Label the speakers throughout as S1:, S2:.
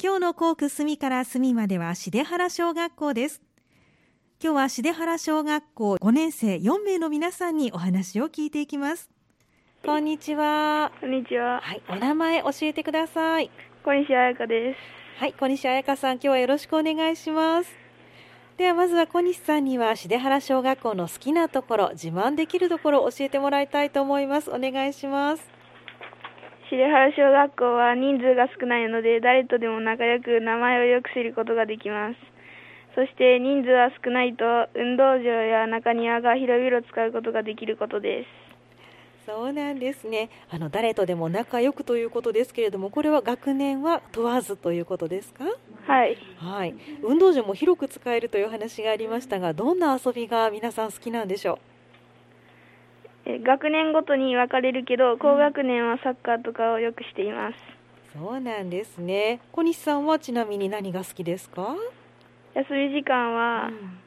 S1: 今日の校区隅から隅までは重原小学校です今日は重原小学校5年生4名の皆さんにお話を聞いていきますこんにちは
S2: こんにちは。
S1: はい、お名前教えてください
S2: 小西彩香です。
S1: はい、小西彩香さん、今日はよろしくお願いします。ではまずは小西さんには重原小学校の好きなところ、自慢できるところを教えてもらいたいと思います。お願いします。
S2: 白原小学校は人数が少ないので、誰とでも仲良く名前をよく知ることができます。そして人数は少ないと、運動場や中庭が広々使うことができることです。
S1: そうなんですね。あの誰とでも仲良くということですけれども、これは学年は問わずということですか？
S2: はい。
S1: はい。運動場も広く使えるという話がありましたが、どんな遊びが皆さん好きなんでしょ
S2: え学年ごとに分かれるけど、高学年はサッカーとかをよくしています。
S1: う？そうなんですね。小西さんはちなみに何が好きですか？
S2: 休み時間は
S1: うん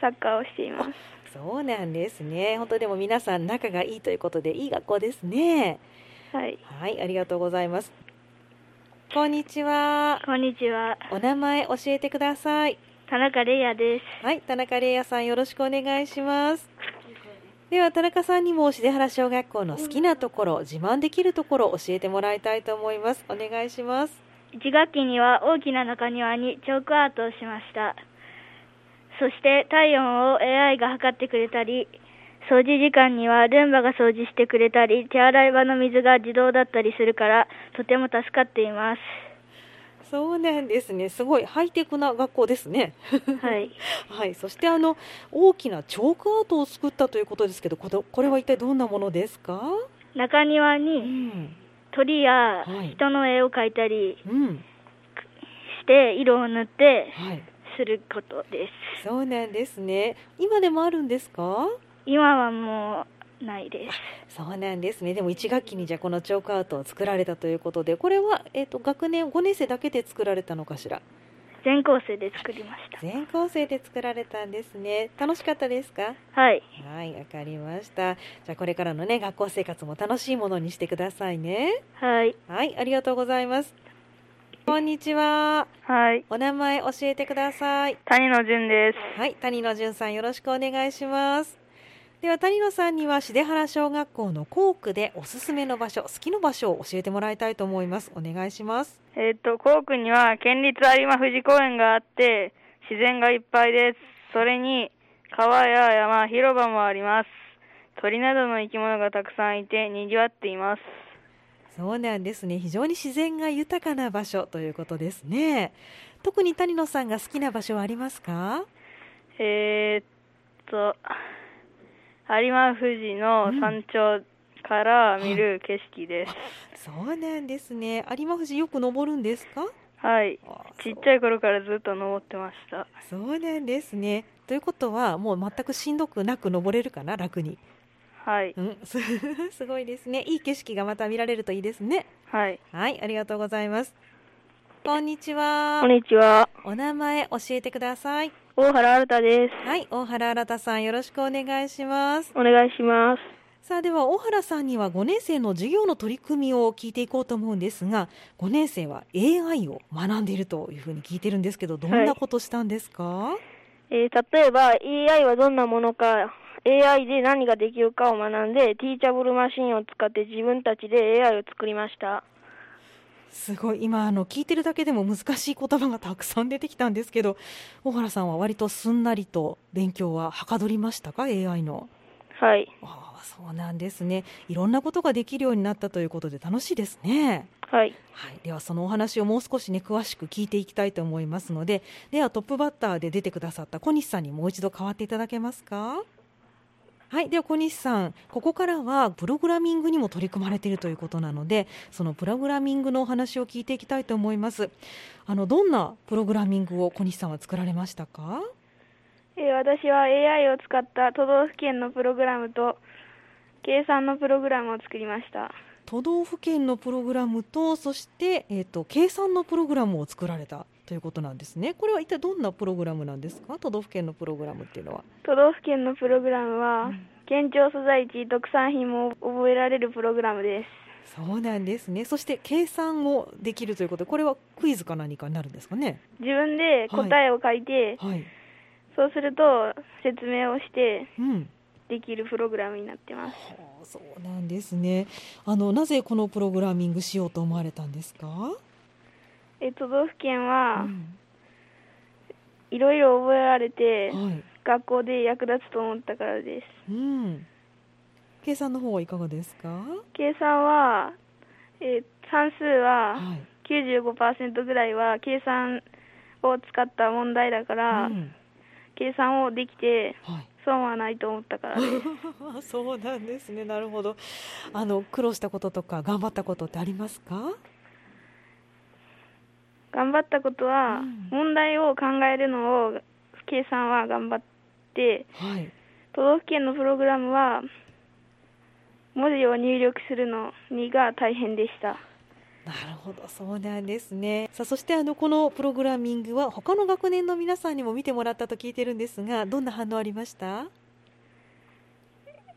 S2: サッカーをしています。
S1: そうなんですね。本当でも皆さん仲がいいということでいい学校ですね。
S2: はい。
S1: はい、ありがとうございます。こんにちは。
S2: こんにちは。
S1: お名前教えてください。
S2: 田中玲也です。
S1: はい、田中玲也さんよろしくお願いします。では田中さんにも重原小学校の好きなところ、自慢できるところを教えてもらいたいと思います。お願いします。
S2: 1学期には大きな中庭にチョークアートをしましたそして体温を AI が測ってくれたり掃除時間にはルンバが掃除してくれたり手洗い場の水が自動だったりするからとても助かっています
S1: そうなんですね。すごいハイテクな学校ですね。
S2: はい
S1: はい、そしてあの大きなチョークアートを作ったということですけど、このこれは一体どんなものですか？
S2: 中庭
S1: う
S2: に
S1: ん、
S2: 鳥や
S1: はい
S2: 人の絵を描いたり
S1: うん、
S2: して色を塗って
S1: はい、
S2: することです
S1: そうなんですね。今でもあるんですか？
S2: 今はもうないです
S1: そうなんですね。でも一学期にじゃあこのチョークアートを作られたということで、これはえっ、と学年5年生だけで作られたのかしら？
S2: 全校生で作りまし
S1: 全校生で作られたんですね。楽しかったですか？
S2: たはい
S1: はい、わかりました。じゃあこれからのね学校生活も楽しいものにしてくださいね。
S2: はい
S1: はい、ありがとうございます。こんにちは。
S2: はい
S1: お名前教えてください。
S2: 谷野潤です
S1: はい、谷野淳さんよろしくお願いします。では谷野さんには重原小学校の校区でおすすめの場所、好きな場所を教えてもらいたいと思います。お願いします。
S2: えっ、と、校区には県立有馬富士公園があって、自然がいっぱいです。それに、川や山、広場もあります。鳥などの生き物がたくさんいて、賑わっています。
S1: そうなんですね。非常に自然が豊かな場所ということですね。特に谷野さんが好きな場所はありますか？
S2: えー、っと、有馬富士の山頂から見る景色です。
S1: そうなんですね。有馬富士よく登るんですか？
S2: はい。
S1: あ
S2: ちっちゃい頃からずっと登ってました。
S1: そうなんですね。ということはもう全くしんどくなく登れるかな楽に。
S2: はい。
S1: うん、 すすごいですね。いい景色がまた見られるといいですね。
S2: はい。
S1: はい、ありがとうございます。こんにちは。
S2: にちは。
S1: お名前教えてください。
S2: 大原新です。
S1: はい、大原新さんよろしくお願いします。
S2: お願いします。
S1: さあでは大原さんには5年生の授業の取り組みを聞いていこうと思うんですが、5年生は AI を学んでいるというふうに聞いてるんですけど、どんなことしたんですか？
S3: えー例えば AI はどんなものか AI で何ができるかを学んでティーチャブルマシンを使って自分たちで AI を作りました
S1: すごい今あの聞いてるだけでも難しい言葉がたくさん出てきたんですけど大原さんは割とすんなりと勉強ははかどりましたか AI の
S3: はい
S1: ああそうなんですねいろんなことができるようになったということで楽しいですね、
S3: はい
S1: はい、ではそのお話をもう少しね詳しく聞いていきたいと思いますのでではトップバッターで出てくださった小西さんにもう一度代わっていただけますかはいでは小西さんここからはプログラミングにも取り組まれているということなのでそのプログラミングのお話を聞いていきたいと思いますあのどんなプログラミングを小西さんは作られましたか
S2: えー私は AI を使った都道府県のプログラムと計算のプログラムを作りました
S1: 都道府県のプログラムとそして、えー、と計算のプログラムを作られたということなんですねこれは一体どんなプログラムなんですか都道府県のプログラムっていうのは
S2: 都道府県のプログラムは県庁所在地特産品も覚えられるプログラムです
S1: そうなんですね。そして計算もできるということで、これはクイズか何かになるんですかね。
S2: 自分で答えを書いて、
S1: はい。
S2: そうすると説明をして
S1: うん。
S2: できるプログラムになってます
S1: はあそうなんですね。あのなぜこのプログラミングしようと思われたんですか。
S2: え都道府県
S1: う
S2: は
S1: ん
S2: いろいろ覚えられて、
S1: はい。
S2: 学校で役立つと思ったからです
S1: うん。計算の方はいかがですか。
S2: 計算は、えー算数は
S1: はい。
S2: 95%ぐらいは計算を使った問題だから、
S1: うん
S2: 計算をできて
S1: はい。
S2: 損はないと思ったからです
S1: そうなんですね。なるほど。あの苦労したこととか頑張ったことってありますか。
S2: 頑張ったことは、
S1: うん
S2: 問題を考えるのを計算は頑張って
S1: はい。
S2: 都道府県のプログラムは文字を入力するのにが大変でした
S1: なるほど、そうなんですね。さあ、そしてあのこのプログラミングは他の学年の皆さんにも見てもらったと聞いてるんですが、どんな反応ありました？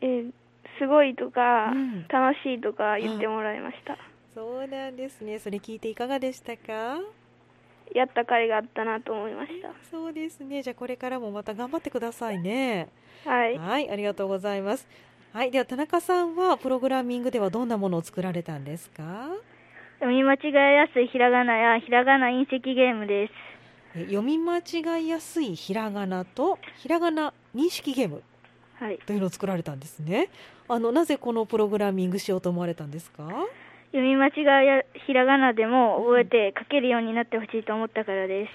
S2: えーすごいとか、
S1: うん
S2: 楽しいとか言ってもらいました、
S1: そうなんですね。それ聞いていかがでしたか？
S2: やった甲斐があったなと思いました
S1: そうですね。じゃあこれからもまた頑張ってくださいね。
S2: はい、
S1: はい、ありがとうございます。はい、では田中さんはプログラミングではどんなものを作られたんですか？
S4: 読み間違えやすいひらがなやひらがな隕石ゲームです。
S1: え読み間違いやすいひらがなとひらがな認識ゲーム
S4: はい。
S1: というのを作られたんですね。あのなぜこのプログラミングしようと思われたんですか？
S4: 読み間違いやひらがなでも覚えて書けるようになってほしいと思ったからで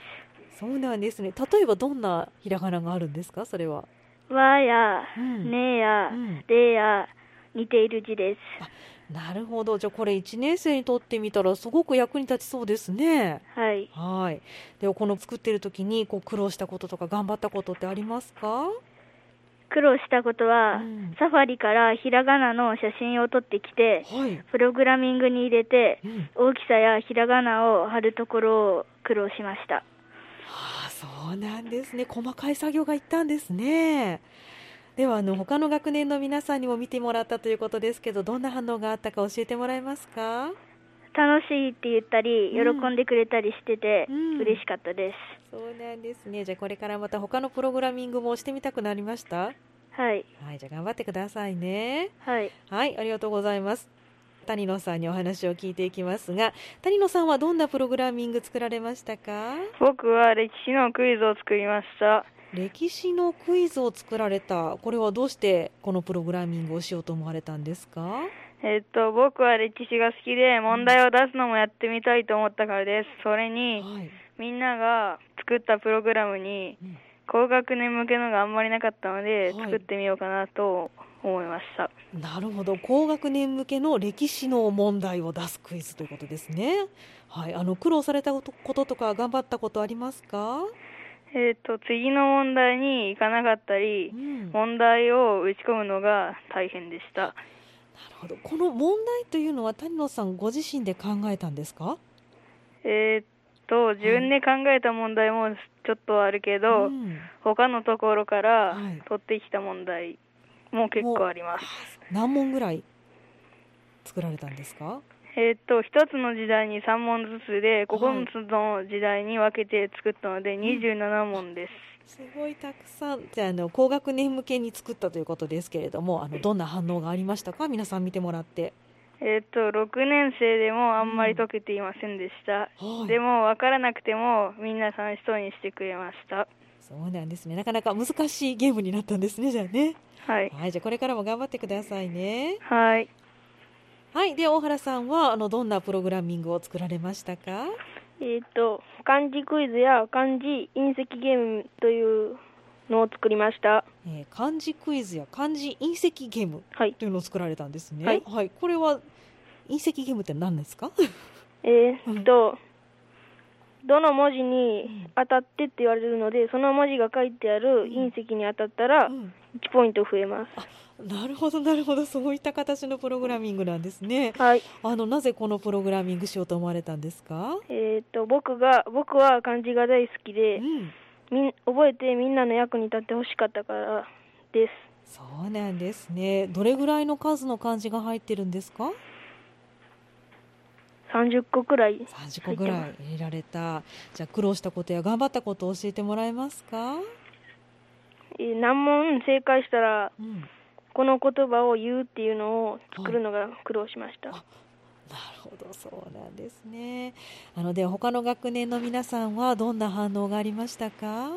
S1: そうなんですね。例えばどんなひらがながあるんですか？それは。
S4: す。わや、
S1: うん
S4: ねや、
S1: うん
S4: でや、似ている字です。
S1: なるほど。じゃあこれ1年生にとってみたらすごく役に立ちそうですね。
S4: はい。
S1: はい。ではこの作ってる時にこう苦労したこととか頑張ったことってありますか？
S4: 苦労したことは、
S1: うん
S4: サファリからひらがなの写真を撮ってきて、
S1: はい。
S4: プログラミングに入れて、
S1: うん。
S4: 大きさやひらがなを貼るところを苦労しました。
S1: ああ、そうなんですね。細かい作業がいったんですね。ではあの他の学年の皆さんにも見てもらったということですけど、どんな反応があったか教えてもらえますか？
S4: 楽しいって言ったり、
S1: うん
S4: 喜んでくれたりしてて、
S1: うん
S4: 嬉しかったです。
S1: そうなんですね。じゃあこれからまた他のプログラミングもしてみたくなりました。
S4: はい。
S1: はい、じゃあ頑張ってくださいね。
S4: はい。
S1: はい、ありがとうございます。谷野さんにお話を聞いていきますが、谷野さんはどんなプログラミング作られましたか
S2: 僕は歴史のクイズを作りました
S1: 歴史のクイズを作られた。これはどうしてこのプログラミングをしようと思われたんですか
S2: えっと僕は歴史が好きで問題を出すのもやってみたいと思ったからですそれに
S1: はい。
S2: みんなが作ったプログラムに
S1: うん
S2: 高学年向けのがあんまりなかったので
S1: はい
S2: 作ってみようかなと思いました
S1: なるほど高学年向けの歴史の問題を出すクイズということですね。はい、あの苦労されたことこととか頑張ったことありますか？
S2: えっと次の問題に行かなかったり
S1: うん
S2: 問題を打ち込むのが大変でした
S1: なるほど。この問題というのは谷野さんご自身で考えたんですか？
S2: えっと自分で考えた問題もちょっとあるけど、
S1: ん、
S2: 他のところから
S1: はい
S2: 取ってきた問題も結構あります。
S1: 何問ぐらい作られたんですか？
S2: えーっと一つの時代に3問ずつで9つの時代に分けて作ったので27問です。
S1: すごいたくさん。じゃああの高学年向けに作ったということですけれども、あのどんな反応がありましたか？皆さん見てもらって。
S2: えーっと6年生でもあんまり解けていませんでした。
S1: はい
S2: でも分からなくてもみんな楽しそうにしてくれました。
S1: そうなんですね。なかなか難しいゲームになったんですね。じゃあね。
S2: はい。
S1: はい、じゃあこれからも頑張ってくださいね。
S2: はい。
S1: はい、では大原さんはあのどんなプログラミングを作られましたか？
S2: えっと漢字クイズや漢字隕石ゲームというのを作りました。
S1: えー漢字クイズや漢字隕石ゲーム
S2: はい。
S1: というのを作られたんですね。
S2: はい
S1: これは隕石ゲームって何ですか？
S2: え
S1: うん
S2: ーっと、どの文字に当たってって言われるので、その文字が書いてある隕石に当たったら、
S1: うん
S2: 1ポイント増えま
S1: なるほどなるほどそういった形のプログラミングなんですね。
S2: す。はい。
S1: あのなぜこのプログラミングしようと思われたんですか？
S2: えーっと、僕が、僕は漢字が大好き
S1: う
S2: で、
S1: ん。
S2: みん覚えてみんなの役に立ってほしかったからです。
S1: そうなんですね。どれぐらいの数の漢字が入ってるんですか？
S2: 30個くらい
S1: 30個ぐらい入れられたじゃあ苦労したことや頑張ったことを教えてもらえますか、
S2: えー難問正解したら
S1: うん、
S2: この言葉を言うっていうのを作るのが苦労しました、
S1: あなるほどそうなんですねあのでは他の学年の皆さんはどんな反応がありましたか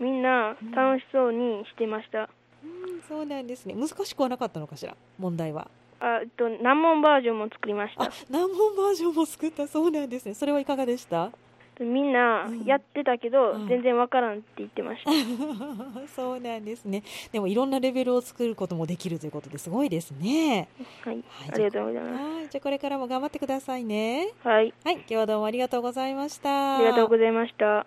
S2: みんな楽しそうにしてました、
S1: うんそうなんですね難しくはなかったのかしら問題は
S2: あえっと難問バージョンも作りまし
S1: あ
S2: た
S1: 難問バージョンも作ったそうなんですねそれはいかがでした
S2: みんな
S1: うん
S2: やってたけど、
S1: うん
S2: 全然わからんって言ってました、
S1: そうなんですね。でもいろんなレベルを作ることもできるということですごいですね。
S2: はい
S1: はい、
S2: ありがとうございま
S1: はい、じゃあこれからも頑張ってくださいね。
S2: すはい
S1: はい、今日はどうもありがとうございました。
S2: ありがとうございました